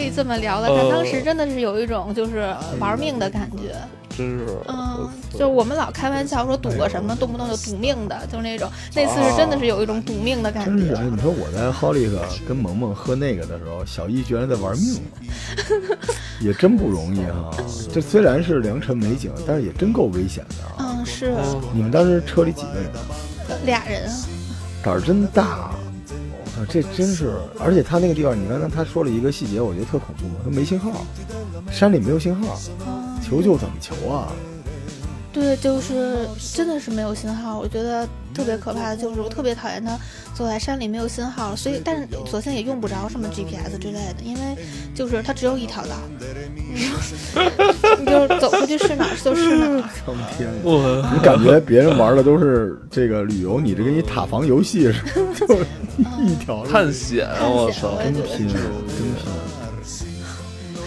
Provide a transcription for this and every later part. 以这么聊了，呃他当时真的是有一种就是玩命的感觉，真是，嗯，我就是我们老开玩笑说赌个什么，动不动就赌命的，就是那种，那次是真的是有一种赌命的感真是觉啊！，你说我在 h 利克跟萌萌喝那个的时候，小一居然在玩命呢 也真不容易哈、这虽然是良辰美景，但是也真够危险的啊！嗯，是你们当时车里几个人？啊俩人，胆儿真大啊！这真是，而且他那个地方，你刚才他说了一个细节，我觉得特恐怖，他没信号，山里没有信号，嗯，求救怎么求 啊？对，就是真的是没有信号，我觉得特别可怕的就是我特别讨厌他走在山里没有信号，所以但是索性也用不着什么 GPS 之类的，因为就是它只有一条 道，你就你就是走过去是哪儿 就是哪儿。苍天呀！我你感觉别人玩的都是这个旅游，你这跟一塔防游戏似的， 就是一条路。探险，我操！我也真觉得拼，啊真拼！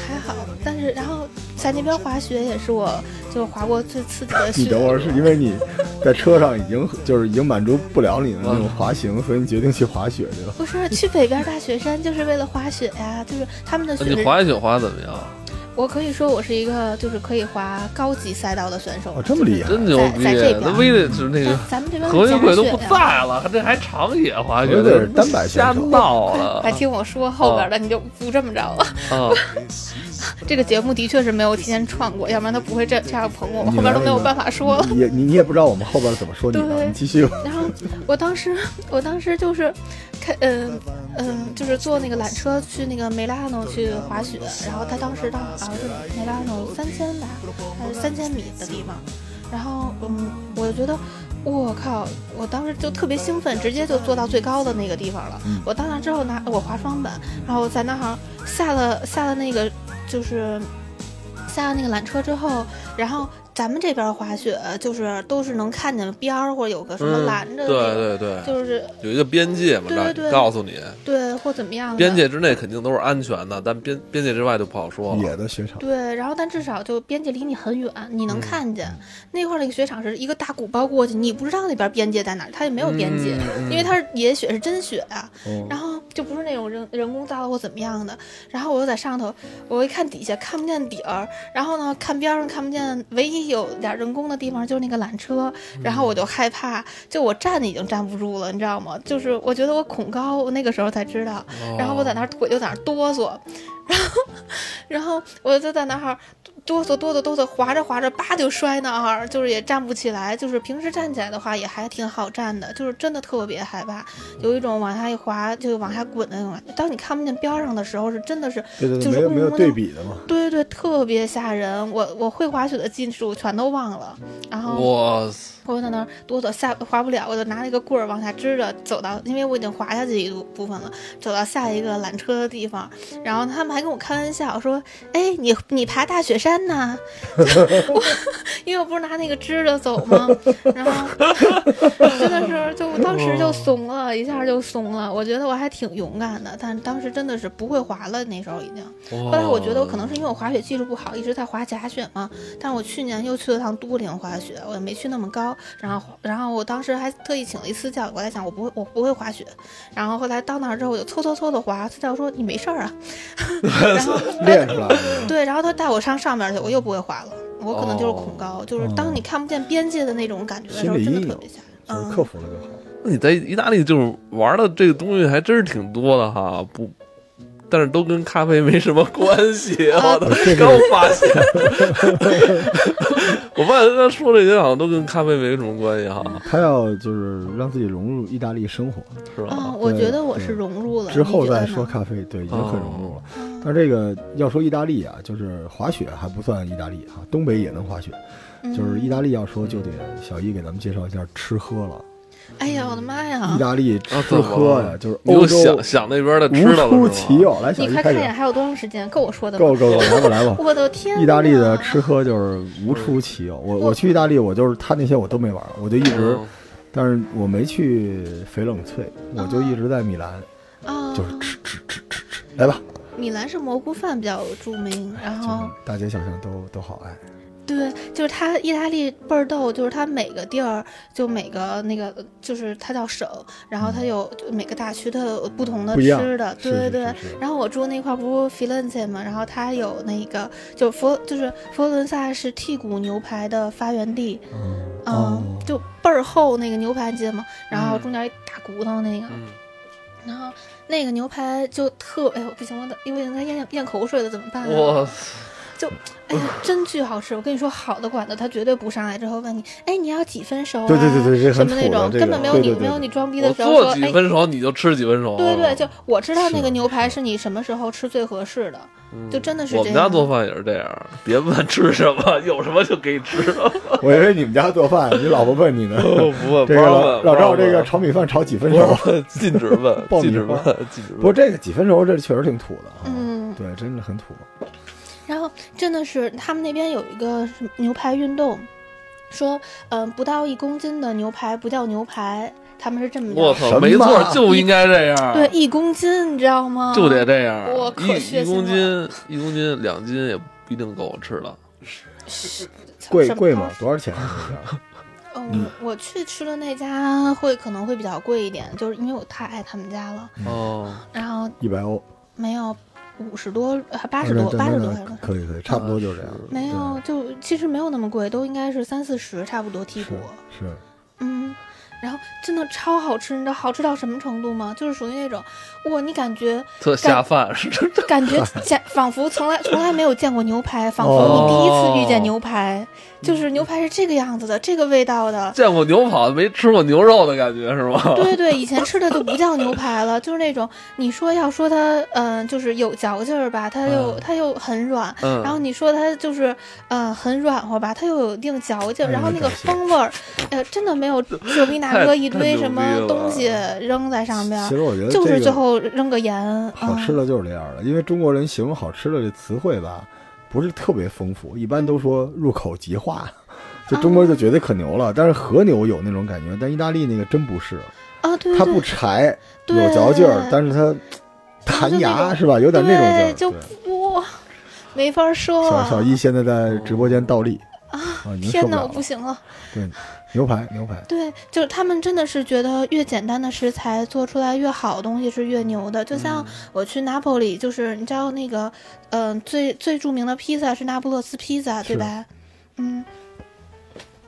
还好，但是然后在那边滑雪也是我就滑过最刺激的雪。 你等会儿是因为你在车上已经就是已经满足不了你的那种滑行，所以你决定去滑雪去了。不是去北边大雪山就是为了滑雪呀、就是他们的哎那雪你是。滑雪滑得怎么样？我可以说我是一个就是可以滑高级赛道的选手。哦，这么厉害！真牛逼在在这！边那威的是那个但咱们这边何云贵都不是假雪呀在了，这还长野滑雪何云贵是，单板选瞎手闹 了快听我说后边的，你就不这么着了。啊！这个节目的确是没有提前创过，要不然他不会这这样捧我，我你后边来都没有办法说了。你也你你也不知道我们后边怎么说你的，对你继续吧。然后我当时，我当时就是开，嗯、嗯、就是坐那个缆车去那个梅拉诺去滑雪，然后他当时到好像是梅拉诺三千吧，还是三千米的地方，然后嗯，我就觉得。我靠！我当时就特别兴奋，直接就坐到最高的那个地方了。嗯我到那之后拿我滑双板，然后在那儿下了下了那个就是下了那个缆车之后，然后咱们这边滑雪就是都是能看见边儿或者有个什么嗯拦着的、那个对对对，就是有一个边界嘛，对对对让你告诉你，对或怎么样的边界之内肯定都是安全的，但边边界之外就不好说了。野的雪场，对，然后但至少就边界离你很远，你能看见、嗯那块儿那个雪场是一个大鼓包过去，你不知道那边边界在哪儿，它也没有边界，嗯因为它是野雪是真雪啊，嗯然后就不是那种人人工造的或怎么样的。然后我又在上头，我一看底下看不见底儿，然后呢看边儿上看不见，唯一有点人工的地方就是那个缆车，然后我就害怕，就我站已经站不住了，你知道吗？就是我觉得我恐高，我那个时候才知道。哦然后我在那儿腿就在那儿哆嗦，然后然后我就在那儿哆嗦哆嗦哆嗦，滑着滑着，叭就摔那儿，就是也站不起来。就是平时站起来的话也还挺好站的，就是真的特别害怕，有一种往下一滑就往下滚的那种感觉。当你看不见边儿上的时候，是真的是对对就对，是没有没有嗡嗡对嗡比的嘛。对对，特别吓人。我我会滑雪的技术全都忘了，然后哇塞，我在那儿哆嗦下滑不了，我就拿了一个棍儿往下支着走到，因为我已经滑下去一部分了，走到下一个缆车的地方。然后他们还跟我开玩笑说：“哎，你 你爬大雪山呢？”我因为我不是拿那个支着走吗？然后真的是就当时就怂了，一下就怂了。我觉得我还挺勇敢的，但当时真的是不会滑了，那时候已经。后后来我觉得我哦可能是因为我滑雪技术不好，一直在滑假雪嘛。但是我去年又去了趟都灵滑雪，我也没去那么高。然后，然后我当时还特意请了一私教，我在想我不会，我不会滑雪。然后后来到那儿之后，我就搓搓搓的滑，私教说你没事儿 啊。然后练出来了，对，然后他带我上上面去，我又不会滑了。我可能就是恐高，就是当你看不见边界的那种感觉的时候，哦心理真的阴特影别吓人。就嗯是克，服了就好。那你在意大利就是玩的这个东西还真是挺多的哈，不，但是都跟咖啡没什么关 系。啊我操，刚发 现，我发现他说这些好像都跟咖啡没什么关系哈，他要就是让自己融入意大利生活，是吧嗯，？我对觉得我对是融入了。之你后觉得再呢说咖啡，对，已经很融入了。嗯但这个要说意大利啊，就是滑雪还不算意大利哈、东北也能滑雪，就是嗯意大利要说就得小一给咱们介绍一下吃喝了。哎呀，我的妈意呀！大利吃啊怎么喝呀、了就是你欧又洲想想那边的吃的无了出其是吧？右。来，小你一快开看一始，眼，还有多长时间？够我说的吗？够够够，来吧来吧。我的 天！意大利的吃，喝就是无出其右。我我去意大利，我就是他那些我都没玩，我就一直，哦嗯但是我没去翡冷翠，我哦就一直在米兰，啊，就是吃吃吃吃吃。来吧，米兰是蘑菇饭比较著名，然就是后大街小巷都都好爱。哎对，就是它意大利倍儿逗，就是它每个地儿就每个那个就是它叫省，然后它有就每个大区它有不同的不一样吃的，对是对是对。是是然后我住那块儿不是 Firenze 嘛，然后它有那个就佛就是佛罗伦萨是剔骨牛排的发源地，嗯嗯，哦就倍儿厚那个牛排，你记得吗？然后嗯中间一大骨头那个，嗯，然后那个牛排就特，哎呦不行，我得因为人家咽咽口水了，怎么办、啊？我哎呀，真巨好吃！我跟你说，好的馆子他绝对不上来之后问你，哎，你要几分熟啊？对对对对这什很么那土的种，这根个本没有对你对对没有对你装逼我的时候说，做哎几，分熟你就吃几分熟，啊对对，就我知道是那个的牛排是你什么时候吃最合适的，嗯就真的是我这们家样做饭也是这样，别问吃什么，有什么就给你 吃。哦我以为你们家做饭，你老婆问你呢。不哦不，不这个让老问不老让赵这个问炒米饭炒几分不熟？是问，禁止问， 爆米禁止问花，禁止不过问。这个几分熟，这确实挺土的啊。嗯。对，真的很土。啊然后真的是他们那边有一个什么牛排运动，说，嗯、不到一公斤的牛排不叫牛排，他们是这么我叫。操，没什么错，就应该这样，对，一公斤，你知道吗？就得这样。我可一血一腥公斤，一公斤，两斤也不一定够我吃的。贵什么贵吗？多少钱啊？ 嗯，我去吃的那家会可能会比较贵一点，就是因为我太爱他们家了。哦，然后一百欧，没有五十多，呃八十啊那多，那八十那多还是多少？可以可以，差不多就是这样。啊没有，就其实没有那么贵，都应该是三四十差不多剔骨。是嗯，然后真的超好吃，你知道好吃到什么程度吗？就是属于那种，哇，你感 觉特下饭是这感觉假 仿佛从来从来没有见过牛排，仿佛哦你第一次遇见牛排，就是牛排是这个样子的，这个味道的，见过牛跑没吃过牛肉的感觉是 吗？对对，以前吃的就不叫牛排 了，就是那种你说要说它，嗯、就是有嚼劲儿吧，它又、嗯它又很软。然后嗯，你说它就是，嗯、很软和吧，它又有一定嚼劲儿，哎然后那个风味儿，呃，真的没有就比拿太哥一堆太什牛逼么了东西扔在上边儿是。其，实我觉得就是这最个后扔个盐。好吃嗯的就是这样的，因为中国人形容好吃的这词汇吧，不是特别丰富，一嗯般都说入口即化。就啊中国人就觉得可牛了，但是和牛有那种感觉，但意大利那个真不是，啊，对它对不柴，有对嚼劲儿，但是它弹就那牙种是吧？有点那种劲对，儿。就对不没法儿说小啊。小一现在在直播间倒立啊，已经受天不哪，了我了不。行了。对，牛排牛排，对，就是他们真的是觉得越简单的食材做出来越好的东西是越牛的。就嗯像我去拿破里，就是你知道那个，嗯、最最著名的披萨是那不勒斯披萨，对是吧？嗯。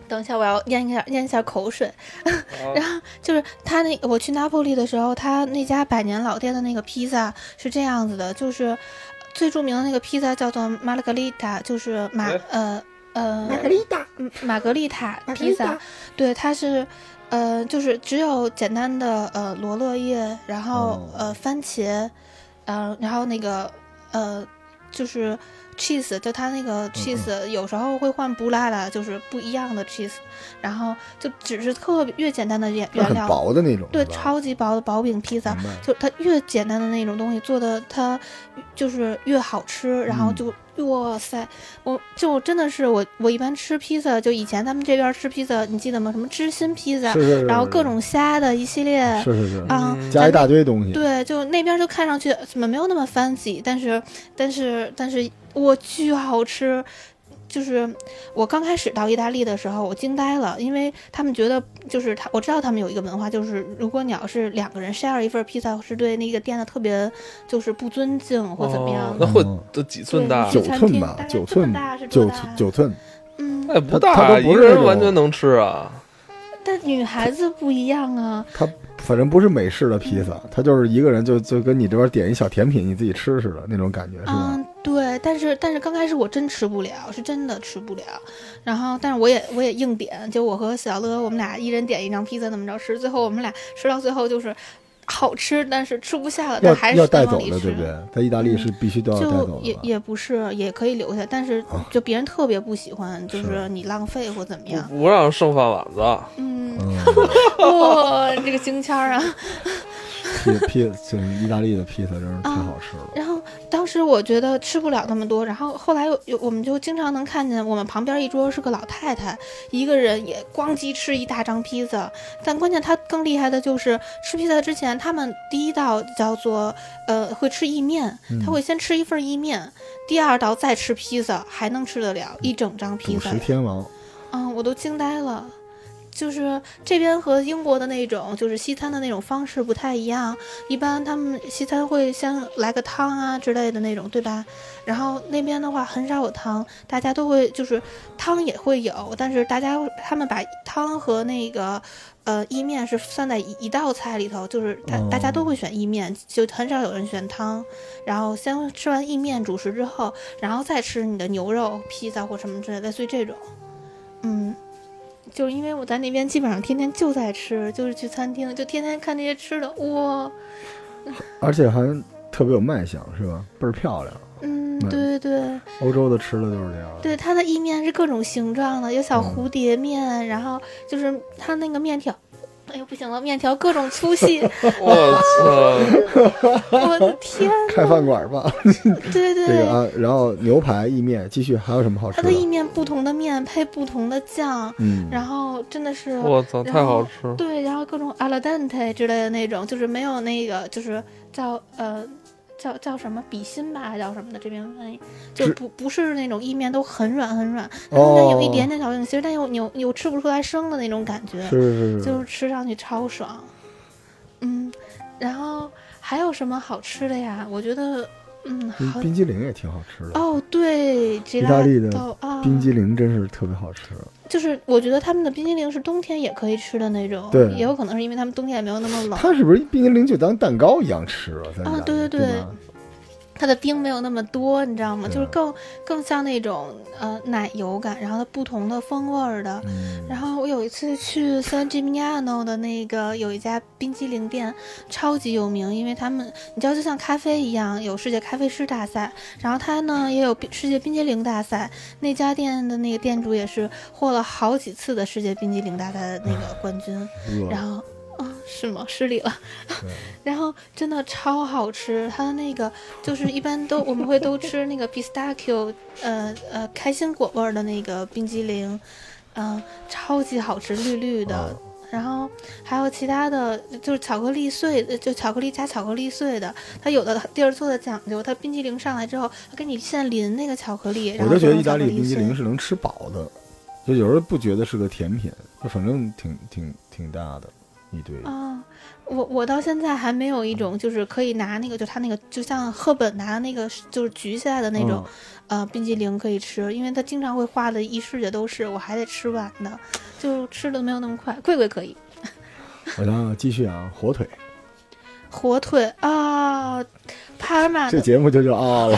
等一下，我要咽一下咽一下口水。嗯然后就是他那我去拿破里的时候，他那家百年老店的那个披萨是这样子的，就是最著名的那个披萨叫做玛格丽塔，就是马哎呃呃玛格丽塔，嗯玛格丽塔玛格披丽萨塔，对，它是，呃，就是只有简单的呃罗勒叶，然后、哦呃番茄，呃，然后那个呃就是 cheese，就它那嗯个 cheese 有时候会换布拉拉，就是不一样的 cheese，然后就只是特别越简单的原那原很料，薄的那种，对，是吧超级薄的薄饼披萨，明白就它越简单的那种东西做的，它就是越好吃，然嗯后就、哇塞，我就真的是我我一般吃披萨，就以前他们这边吃披萨，你记得吗？什么芝心披萨，是是是，然后是各种虾的一系列是是是，啊。嗯加一大堆东西，对，就那边就看上去怎么没有那么 fancy，但是但是但是我巨好吃。就是我刚开始到意大利的时候，我惊呆了，因为他们觉得就是他，我知道他们有一个文化，就是如果你要是两个人 share 一份披萨，是对那个店的特别就是不尊敬或怎么样哦的。那会都几寸大？对九餐寸厅吧大，概九这么寸大是，多嗯九大寸呀九寸，嗯，那也哎不它它大，都不一是个那人种完全能吃啊。但女孩子不一样啊，它反正不是美式的披萨，它就是一个人就就跟你这边点一小甜品，你自己吃似的那种感觉，是吧？嗯，对，但是但是刚开始我真吃不了，是真的吃不了。然后，但是我也我也硬点，就我和小乐我们俩一人点一张披萨，怎么着吃？最后我们俩吃到最后就是好吃，但是吃不下了，但还要是要得带往走里的，吃嗯对。不对？在意大利是必须都要带就走的也吧？也不是，也可以留下，但是啊就别人特别不喜欢，就是是你浪费或怎么不样。不让剩饭碗子， 嗯，嗯，哇，这个京腔儿啊，披披，就是意大利的披萨真是太啊好吃了。然后当时我觉得吃不了那么多，然后后来有有我们就经常能看见我们旁边一桌是个老太太，一个人也咣叽吃一大张披萨。但关键她更厉害的就是吃披萨之前，他们第一道叫做呃会吃意面，嗯他会先吃一份意面，第二道再吃披萨，还能吃得了一整张披主萨食。天王，嗯，我都惊呆了。就是这边和英国的那种，就是西餐的那种方式不太一样。一般他们西餐会先来个汤啊之类的那种，对吧？然后那边的话很少有汤，大家都会就是汤也会有，但是大家他们把汤和那个呃意面是算在一一道菜里头，就是大大家都会选意面，就很少有人选汤。然后先吃完意面主食之后，然后再吃你的牛肉、披萨或什么之类的，类似于这种。嗯，就是因为我在那边基本上天天就在吃，就是去餐厅就天天看这些吃的，哇，而且还特别有卖相，是吧？倍儿漂亮。嗯，嗯对对对欧洲的吃的就是这样。对，它的意面是各种形状的，有小嗯蝴蝶面，然后就是它那个面条。哎呦，不行了！面条各种粗细， 我我的天！开饭馆吧，对对 这个啊，然后牛排、意面，继续还有什么好吃它的意的？面不同的面配不同的酱，嗯，然后真的是操！我操！太好吃了！对，然后各种 al dente 之类的那种，就是没有那个，就是叫呃叫叫什么比心吧，还叫什么的，这边翻译就只不不是那种意面都很软很软，它中间哦有一点点小硬，其实但又你又你又吃不出来生的那种感觉，是是是，就是是吃上去超爽。嗯，然后还有什么好吃的呀？我觉得嗯冰好冰激凌也挺好吃的，哦，对，意大利的啊，冰激凌真是特别好吃。就是我觉得他们的冰激凌是冬天也可以吃的那种，对也有可能是因为他们冬天也没有那么冷。它是不是冰激凌就当蛋糕一样吃了？在意大利啊对对对对吧它的冰没有那么多，你知道吗？对就是更更像那种呃奶油感，然后它不同的风味儿的。嗯，然后我有一次去 San Gimignano 的那个有一家冰激凌店，超级有名，因为他们你知道就像咖啡一样有世界咖啡师大赛，然后它呢也有冰世界冰激凌大赛。那家店的那个店主也是获了好几次的世界冰激凌大赛的那个冠军。饿然了，后，啊，是吗？失礼了对。然后真的超好吃，它的那个就是一般都我们会都吃那个 pistachio，呃呃，开心果味儿的那个冰激凌，嗯、超级好吃，绿绿的。哦然后还有其他的，就是巧克力碎，呃就巧克力加巧克力碎的。它有的地儿做的讲究，它冰激凌上来之后，它给你现淋那个巧克力。然我后就觉得弄意大巧克利冰激碎凌是能吃饱的，就有时候不觉得是个甜品，就反正挺挺挺大的一堆。啊，我我到现在还没有一种就是可以拿那个，就它那个就像赫本拿那个就是举起来的那嗯种、呃冰激凌可以吃，因为它经常会画的一世界都是，我还得吃完呢，就吃的没有那么快。贵贵可以，嗯，我想想继续啊，火腿，火腿啊，帕尔马这的节目就叫啊了。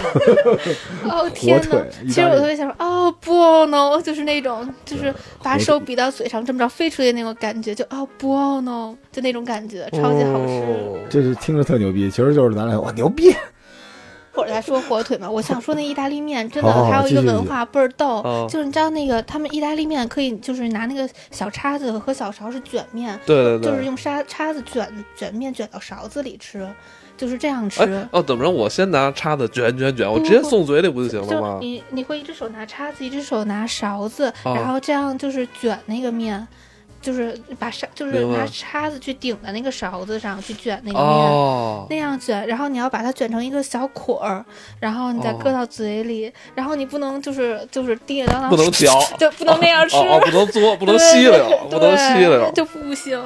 哦天火呐腿！意其实大我利嗯特别想说，哦不 no，就是那种就是把火手比到嘴上这么着飞出去那种感觉，就哦不 no，就那种感觉，超级好吃。哦这是听着特牛逼，其实就是咱俩哇牛逼，或者来说火腿嘛，我想说那意大利面真的好好好还有一继个续文化倍儿逗嗯，就是你知道那个他们意大利面可以就是拿那个小叉子和小勺是卷面，对对就是对。用沙叉子卷卷面卷到勺子里吃，就是这样吃。哎哦，怎么着？我先拿叉子卷卷卷，我直接送嘴里不就行了就吗？你你会一只手拿叉子，一只手拿勺子，哦然后这样就是卷那个面，就是把勺就是明白拿叉子去顶在那个勺子上去卷那个面。哦那，样卷，然后你要把它卷成一个小捆儿，然后你再哦搁到嘴里，然后你不能就是就是叮叮当当，不能嚼，就不能那样吃，哦哦，不能嘬，不能对吸溜，不能对吸溜。就不行。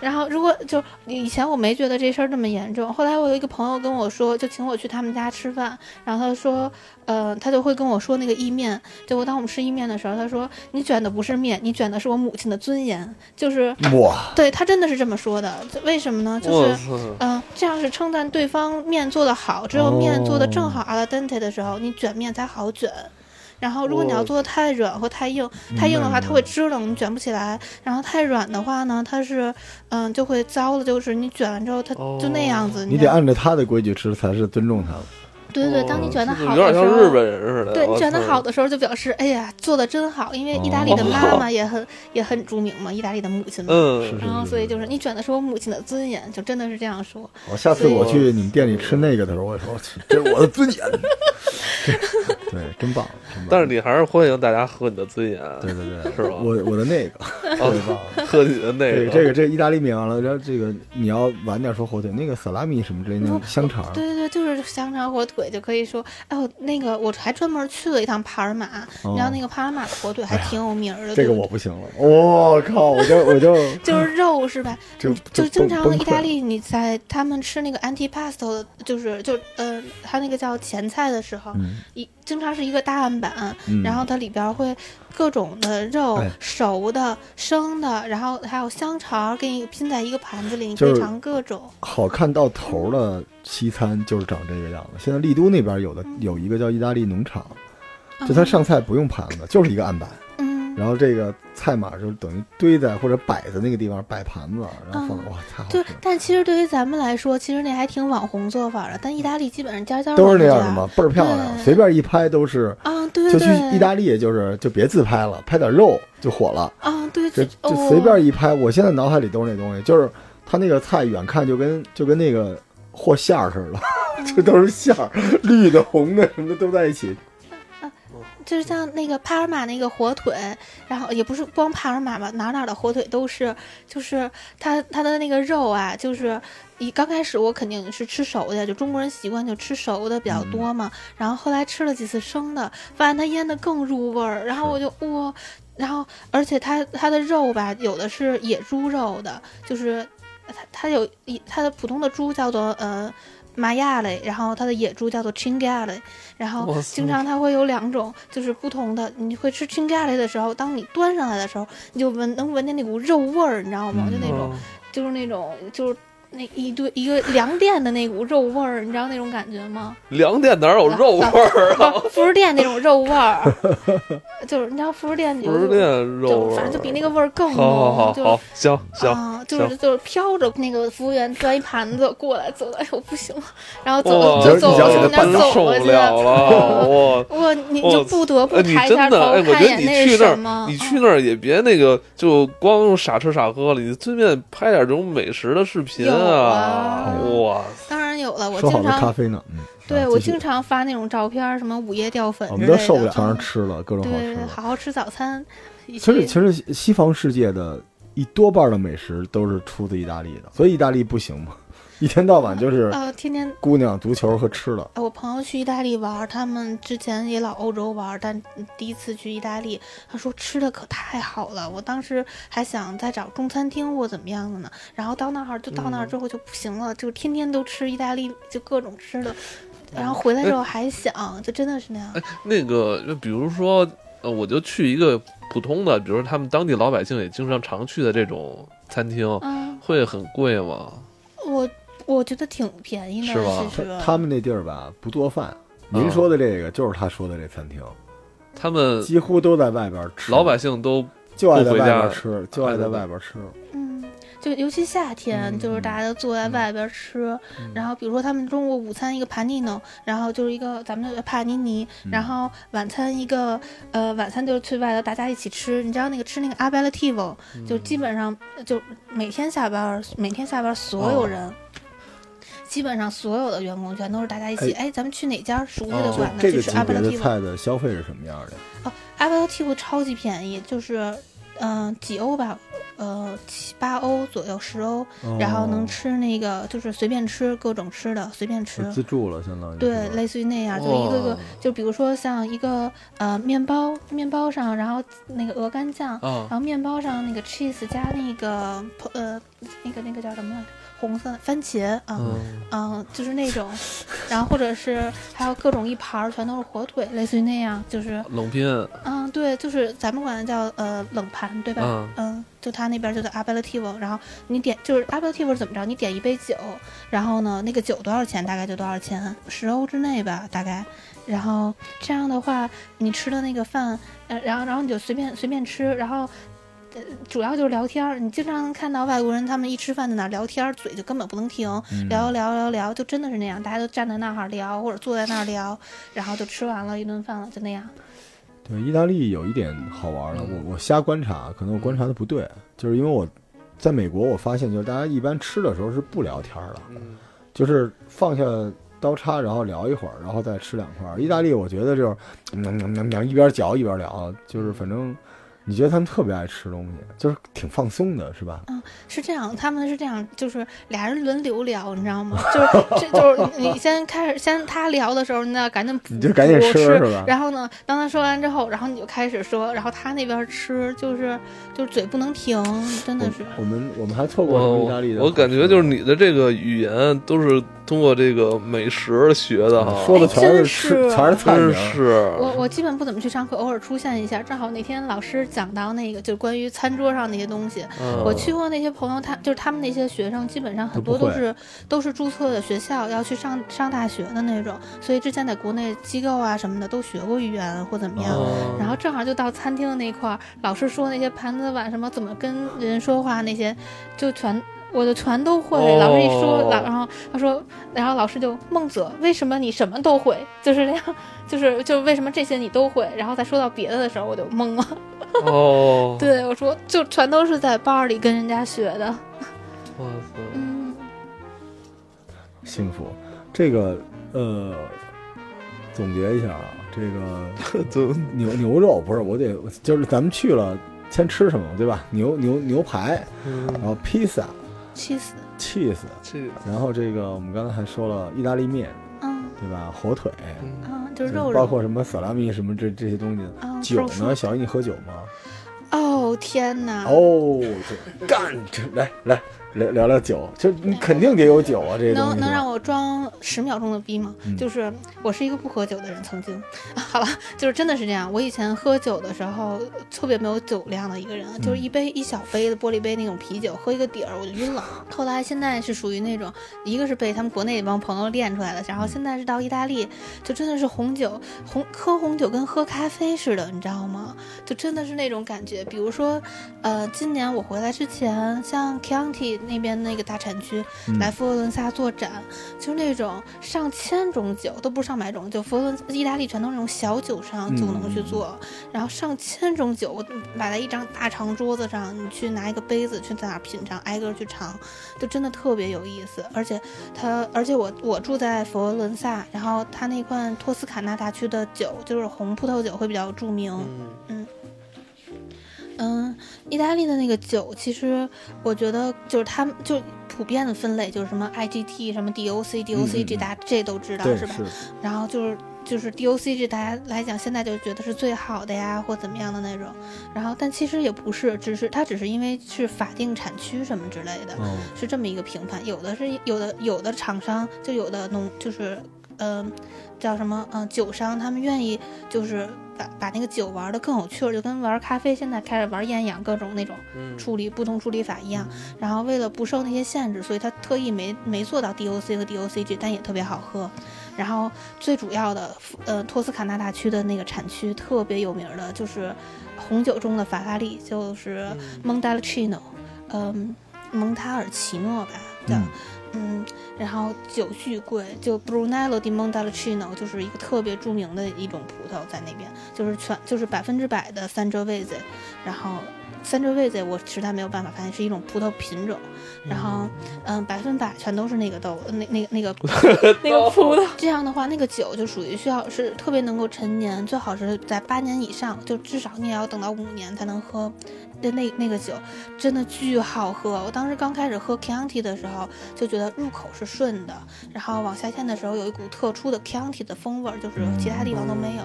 然后如果就以前我没觉得这事儿那么严重，后来我有一个朋友跟我说，就请我去他们家吃饭，然后他说，呃，他就会跟我说那个意面，结果当我们吃意面的时候，他说你卷的不是面，你卷的是我母亲的尊严，就是哇，对他真的是这么说的，就为什么呢？就是。我操！嗯，这样是称赞对方面做的好，哦只有面做的正好 al dente 的时候，你卷面才好卷。然后，如果你要哦做的太软或太硬，太硬的话明白它会支棱，你卷不起来；然后太软的话呢，它是嗯就会糟了，就是你卷完之后它就那样子。哦你知得道吗按照他的规矩吃才是尊重他们。对对对，当你哦卷的这好有的点时像候，日本人似的。对啊我卷的操好的时候就表示，哎呀，做的真好，因为意大利哦的妈妈也很也很著名嘛，意大利的母亲嘛。嗯，是然后所以就是你卷的是我母亲的尊严，就真的是这样说。我哦下次所以我去你们店里吃那个的时候，我说这是我的尊严。 对，真棒，真棒但是你还是欢迎大家喝你的尊严，对对对， 是吧？我我的那个，哦对吧？喝你的那对，个这个这个意大利面完了，然后这个你要晚点说火腿，那个萨拉米什么之类的那种香肠，对对对，就是香肠火腿就可以说，哎我那个我还专门去了一趟帕尔马，哦哎然后那个帕尔马的火腿还挺有名儿的。这个对不我不行了，哦我、靠，我就我就对 就是肉是吧？嗯就就经崩常崩意溃大了利，你在他们吃那个 antipasto，的就是就呃，他那个叫前菜的时候，嗯一经常是一个大案板，嗯然后它里边儿会各种的肉，哎熟的、生的，然后还有香肠，给你拼在一个盘子里，你可就以是尝各种。好看到头的西餐就是长这个样子。现在丽都那边有的嗯有一个叫意大利农场，就它上菜不用盘子，就是一个案板，嗯，嗯然后这个菜码就等于堆在或者摆在那个地方摆盘子，然后放嗯哇太好吃对了，，但其实对于咱们来说，其实那还挺网红做法的，但意大利基本上家家都是那那样的嘛，倍儿漂亮，对随便一拍都是。啊，对就对去意大利，就是就别自拍了，拍点肉就火了。啊，对，就哦就随便一拍，我现在脑海里都是那东西，就是它那个菜远看就跟就跟那个和馅儿似的，哦这 都是馅儿，绿的、红的什么的都在一起。就是像那个帕尔马那个火腿，然后也不是光帕尔马吧，哪哪儿的火腿都是，就是它它的那个肉啊，就是一刚开始我肯定是吃熟的，就中国人习惯就吃熟的比较多嘛，然后后来吃了几次生的，发现它腌的更入味儿，然后我就哇、然后而且它它的肉吧，有的是野猪肉的，就是它它有一它的普通的猪叫做呃。玛亚类，然后它的野猪叫做 chingale，然后哇塞哦经常它会有两种，就是不同的。你会吃 chingale 的时候，当你端上来的时候，你就闻能闻见那股肉味儿，你知道吗？嗯就那种嗯就是那种就是那一堆一个粮店的那股肉味儿，你知道那种感觉吗？粮店哪有肉味儿啊？不是服饰店那种肉味儿，就是你知道服饰店有不是那种那肉就味儿，哦反正就比那个味儿更浓，好好就好好是。，行行，啊，就是就是飘着那个服务员端一盘子过来，走的哎呦不行了，然后走哇，就你走想从我你那儿真走受过不去，了了，哇！我你哇就不得不哎，你抬一真下头的，哎，我觉看一得眼你那是去什那么 哦儿，，你去那儿也别那个，就光傻吃傻喝了，你随便拍点这种美食的视频有啊啊！哇，当然有了，我说好经的咖常啡呢？嗯，对啊我继续哦经常发那种照片儿，什么午夜掉粉我之们类都的受不了，全嗯是吃了各种好吃对，的。好好吃早餐。一其实起其实西西方世界的一多半的美食都是出自意大利的，所以意大利不行嘛， 一天到晚就是呃，天天姑娘、足球和吃的。呃我朋友去意大利玩儿，他们之前也老欧洲玩儿，但第一次去意大利，他说吃的可太好了。我当时还想再找中餐厅或怎么样的呢，然后到那儿就到嗯那儿之后就不行了，就天天都吃意大利，就各种吃的。然嗯后回来哎之后还想，就真的是那样。那个，就比如说，呃，我就去一个普通的，比如说他们当地老百姓也经常常去的这种餐厅，嗯，会很贵吗？我我觉得挺便宜的，是吧其实他他们那地儿吧不做饭，啊您说的这个就是他说的这餐厅，他们几乎都在外边吃，呃老百姓都就爱在不回外家边吃，就爱在外边吃。嗯，就尤其夏天，嗯就是大家都坐在外边吃，然后比如说他们中午午餐一个帕尼诺，然后就是一个咱们叫帕尼尼，嗯然后晚餐一个呃晚餐就是去外头大家一起吃，你知道那个吃那个 aperitivo，就基本上就每天下班儿每天下班儿所有人。基本上所有的员工全都是大家一起，哎，咱们去哪家熟悉的哦馆子这去个吃级 a p e r 别 i 的 t i v o 菜的消费是什么样的？ a p e r i t i v o 超级便宜，就是嗯、呃几欧吧，呃七八欧左右，十欧，哦然后能吃那个就是随便吃各种吃的，随便吃哦。自助了，相当于对，是吧类似于那样，就一个个哇，就比如说像一个呃面包，面包上然后那个鹅肝酱，哦啊然，后面包上那个 cheese 加那个呃那个那个叫什么来着？红色的番茄啊，嗯、嗯，就是那种，然后或者是还有各种一盘儿全都是火腿，类似于那样，就是冷拼，嗯，对，就是咱们管它叫呃冷盘，对吧？嗯嗯，就他那边就叫 aperitivo，然后你点就是 aperitivo 是怎么着？你点一杯酒，然后呢，那个酒多少钱？大概就多少钱，十欧之内吧，大概。然后这样的话，你吃的那个饭，呃，然后然后你就随便随便吃，然后主要就是聊天儿。你经常能看到外国人他们一吃饭在那儿聊天儿，嘴就根本不能停，嗯聊聊聊聊，就真的是那样，大家都站在那儿聊或者坐在那儿聊，然后就吃完了一顿饭了，就那样。对，意大利有一点好玩的，嗯我我瞎观察，可能我观嗯察的不对，就是因为我在美国，我发现就是大家一般吃的时候是不聊天的，嗯就是放下刀叉，然后聊一会儿，然后再吃两块。意大利我觉得就是，嗯嗯嗯嗯一边嚼一边聊，就是反正你觉得他们特别爱吃东西，就是挺放松的，是吧？是这样，他们是这样，就是俩人轮流聊，你知道吗？就是这就是你先开始，先他聊的时候，你那赶紧补你就赶紧补吃吃是吧然后呢，当他说完之后，然后你就开始说，然后他那边吃，就是就是嘴不能停，真的是。我们我们还错过什么意大我利的？哦我感觉就是你的这个语言都是通过这个美食学的哈，说的全是真吃，是啊全是菜真名。是我我基本不怎么去上课，偶尔出现一下。正好那天老师讲到那个，就是关于餐桌上那些东西，嗯我去过那些朋友，他就是他们那些学生，基本上很都不多都会是都是注册的学校，要去上上大学的那种，所以之前在国内机构啊什么的都学过语言或怎么样。哦然后正好就到餐厅的那块儿，老师说那些盘子碗什么怎么跟人说话那些，就全我就全都会。哦老师一说，老然后他说，然后老师就孟子，为什么你什么都会？就是这样，就是就为什么这些你都会？然后再说到别的的时候，我就懵了。哦，对，我说就全都是在班儿里跟人家学的。哇 塞，嗯，幸福。这个呃，总结一下啊，这个 就牛牛肉不是我得就是咱们去了先吃什么对吧？牛牛牛排，嗯然后披萨、气死。 cheese，这然后这个我们刚才还说了意大利面嗯对吧？火腿，嗯嗯，就是肉包肉。括什么萨拉米什么这这些东西。嗯，酒肉呢？丝小姨你喝酒吗？哦天哪！哦，这干这来来聊聊聊酒，就你肯定得有酒啊，这些东西能能让我装十秒钟的逼吗？嗯就是我是一个不喝酒的人，曾经， 好了，就是真的是这样。我以前喝酒的时候特别没有酒量的一个人，嗯就是一杯一小杯的玻璃杯那种啤酒，喝一个底儿我就晕 了。后来现在是属于那种，一个是被他们国内那帮朋友练出来的，然嗯后现在是到意大利，就真的是红酒红喝红酒跟喝咖啡似的，你知道吗？就真的是那种感觉。比如说，呃，今年我回来之前，像 County 那边那个大产区，嗯来佛罗伦萨做展，就是那种上千种酒，都不是上百种，就佛罗伦意大利全都是那种小酒商酒农去做，然后上千种酒我摆在一张大长桌子上，你去拿一个杯子去在那儿品尝，挨个儿去尝，就真的特别有意思。而且它，而且我我住在佛罗伦萨，然后它那块托斯卡纳大区的酒，就是红葡萄酒会比较著名。嗯嗯，意大利的那个酒，其实我觉得就是他们就普遍的分类就是什么 IGT、什么 DOC、DOC 这大家这都知道嗯对是是吧？然后就是就是 DOC 这大家来讲，现在就觉得是最好的呀，或怎么样的那种。然后但其实也不是，只是它只是因为是法定产区什么之类的，嗯是这么一个评判。有的是有的有的厂商就有的农就是嗯、叫什么嗯、呃酒商，他们愿意就是把把那个酒玩的更有趣儿，就跟玩咖啡现在开始玩厌氧各种那种嗯处理不同处理法一样。然后为了不受那些限制，所以他特意没没做到 DOC 和 DOCG，但也特别好喝。然后最主要的，呃，托斯卡纳大区的那个产区特别有名儿的就是红酒中的法拉利，就是嗯 Montalcino，嗯、蒙塔尔奇诺吧，叫。嗯嗯，然后酒巨贵，就 Brunello di Montalcino 就是一个特别著名的一种葡萄，在那边就是全就是百分之百的三折位子，然后三折位子我实在没有办法发现是一种葡萄品种，然后嗯百分百全都是那个豆那那那个那个葡萄，这样的话那个酒就属于需要是特别能够陈年，最好是在八年以上，就至少你也要等到五年才能喝。那那那个酒真的巨好喝，我当时刚开始喝 Chianti 的时候，就觉得入口是顺的，然后往下陷的时候有一股特殊的 Chianti 的风味儿，就是其他地方都嗯没有。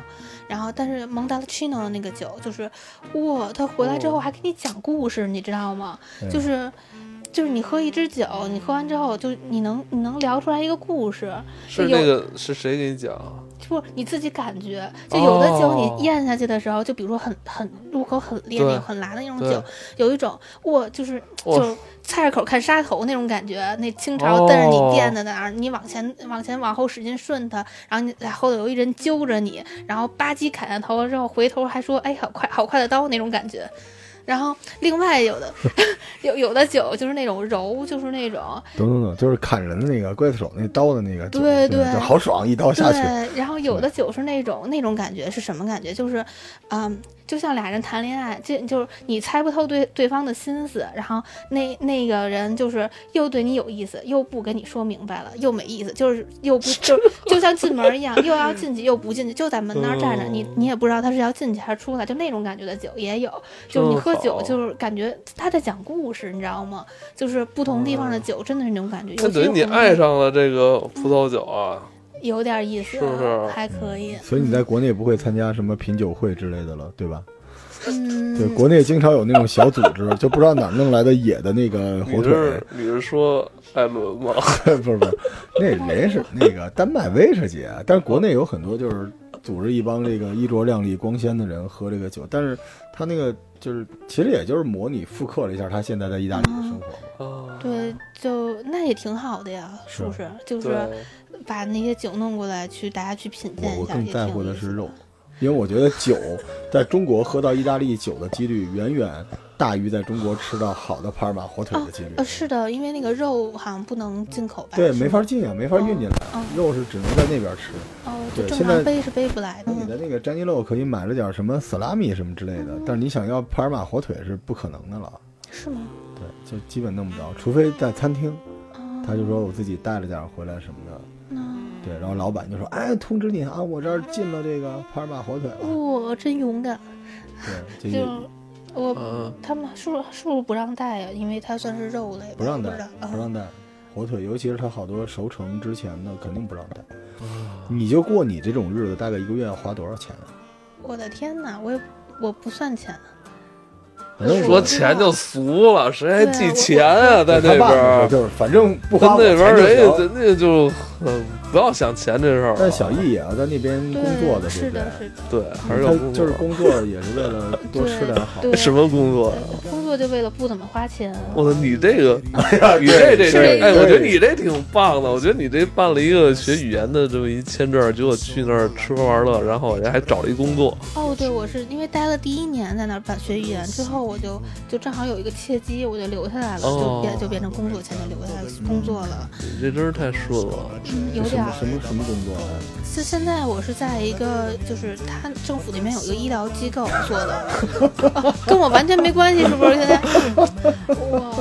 然后，但是蒙达 c i n o 的那个酒，就是哇，他回来之哦后还给你讲故事，你知道吗？对就是。就是你喝一支酒，你喝完之后，就你能你能聊出来一个故事，是那个是谁给你讲啊？不，你自己感觉，就有的酒哦你咽下去的时候，就比如说很很入口很烈那对种很辣的那种对酒，有一种哇，就是哇就菜市口看杀头那种感觉，那清朝瞪着哦你垫在那儿，你往前往前往后使劲顺它，然后你在后头有一人揪着你，然后吧唧砍下头之后回头还说哎好快好快的刀那种感觉，然后另外有的 有有的酒就是那种柔，就是那种懂懂懂，就是砍人的那个刽子手那刀的那个酒，对对吧，对就好爽，一刀下去，对，然后有的酒是那种那种感觉是什么感觉？就是，嗯，就像俩人谈恋爱，这就是你猜不透对对方的心思，然后那那个人就是又对你有意思，又不跟你说明白了，又没意思，就是又不就就像进门一样，又要进去又不进去，就在门那儿站着，你你也不知道他是要进去还是出来，就那种感觉的酒也有，就是你真喝好酒就是感觉他在讲故事，你知道吗？就是不同地方的酒真的是那种感觉。那尤其等于是你红爱酒上了这个葡萄酒啊，有点意思，是不是还可以。嗯所以你在国内不会参加什么品酒会之类的了，对吧？嗯，对，国内经常有那种小组织，就不知道哪儿弄来的野的那个火 你腿， 是你是说艾伦吗？不是不是，那人是那个丹麦威士忌，啊但是国内有很多就是组织一帮这个衣着靓丽、光鲜的人喝这个酒，但是他那个就是其实也就是模拟复刻了一下他现在在意大利的生 活。啊，对，就那也挺好的呀，是是不是？就是对，把那些酒弄过来，去大家去品鉴我一我下，更也在挺乎有的意是思肉，因为我觉得酒在中国喝到意大利酒的几率远远大于在中国吃到好的帕尔马火腿的几率。呃，是的，因为那个肉好像不能进口吧？对，是没吗法进啊，没法运进来嗯，肉是只能在那边吃。哦，对就正现在常背是背不来的。你嗯的那个詹尼肉可以买了点什么 salami 什么之类哦的，但是你想要帕尔马火腿是不可能的了。是吗？对，就基本弄不着，除非在餐厅，哦他就说我自己带了点儿回来什么的。那对，然后老板就说：“哎，通知你啊，我这儿进了这个帕尔马火腿了。我哦真勇敢，”对，就就我嗯，他们是不是是不是不让带呀？因为它算是肉类吧，不让带知道，不啊。让带火腿，尤其是它好多熟成之前的肯定不让带。你就过你这种日子，大概一个月要花多少钱啊？我的天哪，我也我不算钱，啊反正我说钱就俗了，谁还对记我钱啊？在那他边爸说儿，就是反正不在花我那钱边儿，人就家行。真的就很不要想钱这事儿了。啊但小易也要在那边对工作的，对是不对？的，是的。对，还是要他工就是作。工作也是为了多吃点好的。对什么工作呀？啊对工作就为了不怎么花钱， 我操，你这 个，呀你这这对对这，哎，对我觉得你这挺棒的。我觉得你这办了一个学语言的这么一签证，结果去那儿吃喝玩乐，然后人家还找了一工作。哦，对，我是嗯因为待了第一年在那儿办学语言，之后我就就正好有一个契机，我就留下来了，哦就变就变成工作签就留下来工作了，你这真是太顺了。嗯，有什点么儿。什么什么工作啊？就现在我是在一个就是他政府那边有一个医疗机构做 的，哦跟我完全没关系，是不是？现在哇，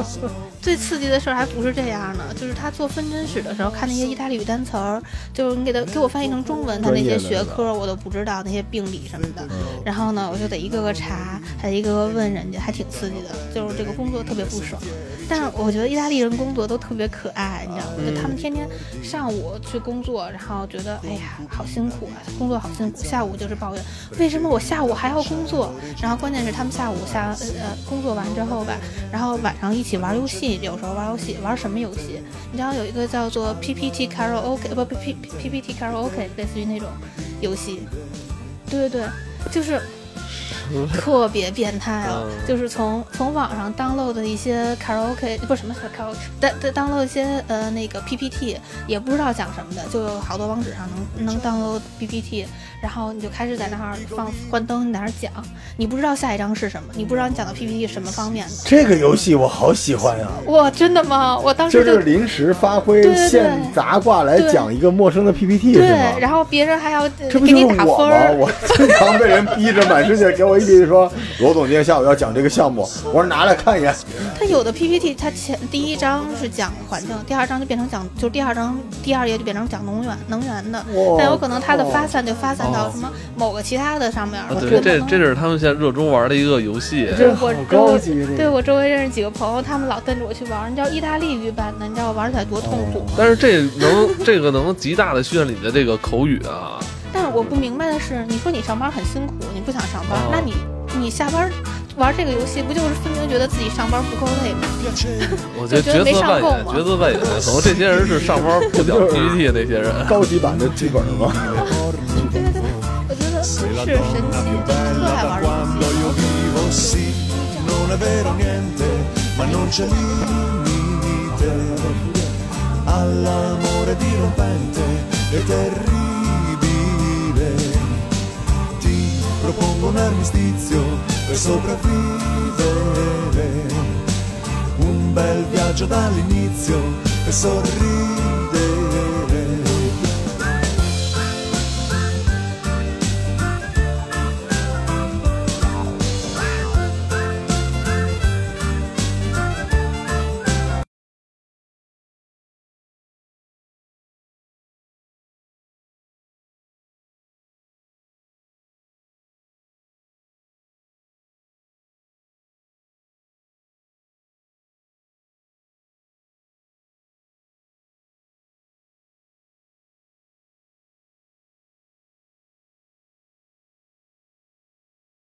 最刺激的事儿还不是这样呢，就是他做分真史的时候，看那些意大利语单词儿，就是你给他给我翻译成中文，他那些学科我都不知道，那些病理什么的。嗯然后呢，我就得一个个查，还得一个个问人家，还挺刺激的。就是这个工作特别不爽，但是我觉得意大利人工作都特别可爱，你知道吗？就他们天天上午去工作，然后觉得哎呀好辛苦啊，工作好辛苦。下午就是抱怨为什么我下午还要工作，然后关键是他们下午下呃呃工作完之后吧，然后晚上一起玩游戏，有时候玩游戏玩什么游戏？你知道有一个叫做 PPT karaoke 呃不 P P P P T karaoke 类似于那种游戏，对对对，就是。特别变态哦，嗯就是从从网上 download 的一些 karaoke 不是什么 karaoke，down download 一些呃那个 PPT，也不知道讲什么的，就有好多网址上能能 download PPT，然后你就开始在那儿放幻灯，你在那儿讲，你不知道下一章是什么，你不知道你讲到 PPT 什么方面的。 这个游戏我好喜 欢呀、哇，真的吗？我当就时就是临时发挥对对对现砸挂来讲一个陌生的 PPT 对是吗，？然后别人还要呃这不给就是你打我分吗？儿， 我经常被人逼着满世界给我一堆说， 罗总今天下午要讲这个项目，我说拿来看一眼。他有的 PPT，他前第一章是讲环境，第二章就变成讲，就第二章第二页就变成讲能源能源的，哇但有可能它的发哦散就发散哦到什么某个其他的上面啊，了。对，就这能这是他们现在热衷玩的一个游戏。这我好周高围级这个对我周围认识几个朋友，他们老跟着我去玩儿。你知道意大利语版的，你知道我玩起来多痛苦哦吗？但是这能这个能极大的训练你的这个口语啊，但是我不明白的是，你说你上班很辛苦，你不想上班，哦那你你下班玩这个游戏，不就是分明觉得自己上班不够累吗？我觉就得觉角得没色扮上够啊演，嘛角色扮演，可能这些人是上班不 讲 PPT 的那些人。高级版的剧本吗？对对对，我觉得真是神奇，就特爱玩游戏 quando。io vivo sì non è vero niente ma non c'è limite all'amore dirompente e terribile ti propongo un armistizio per sopravvivere deve. Un bel viaggio dall'inizio e sorridi.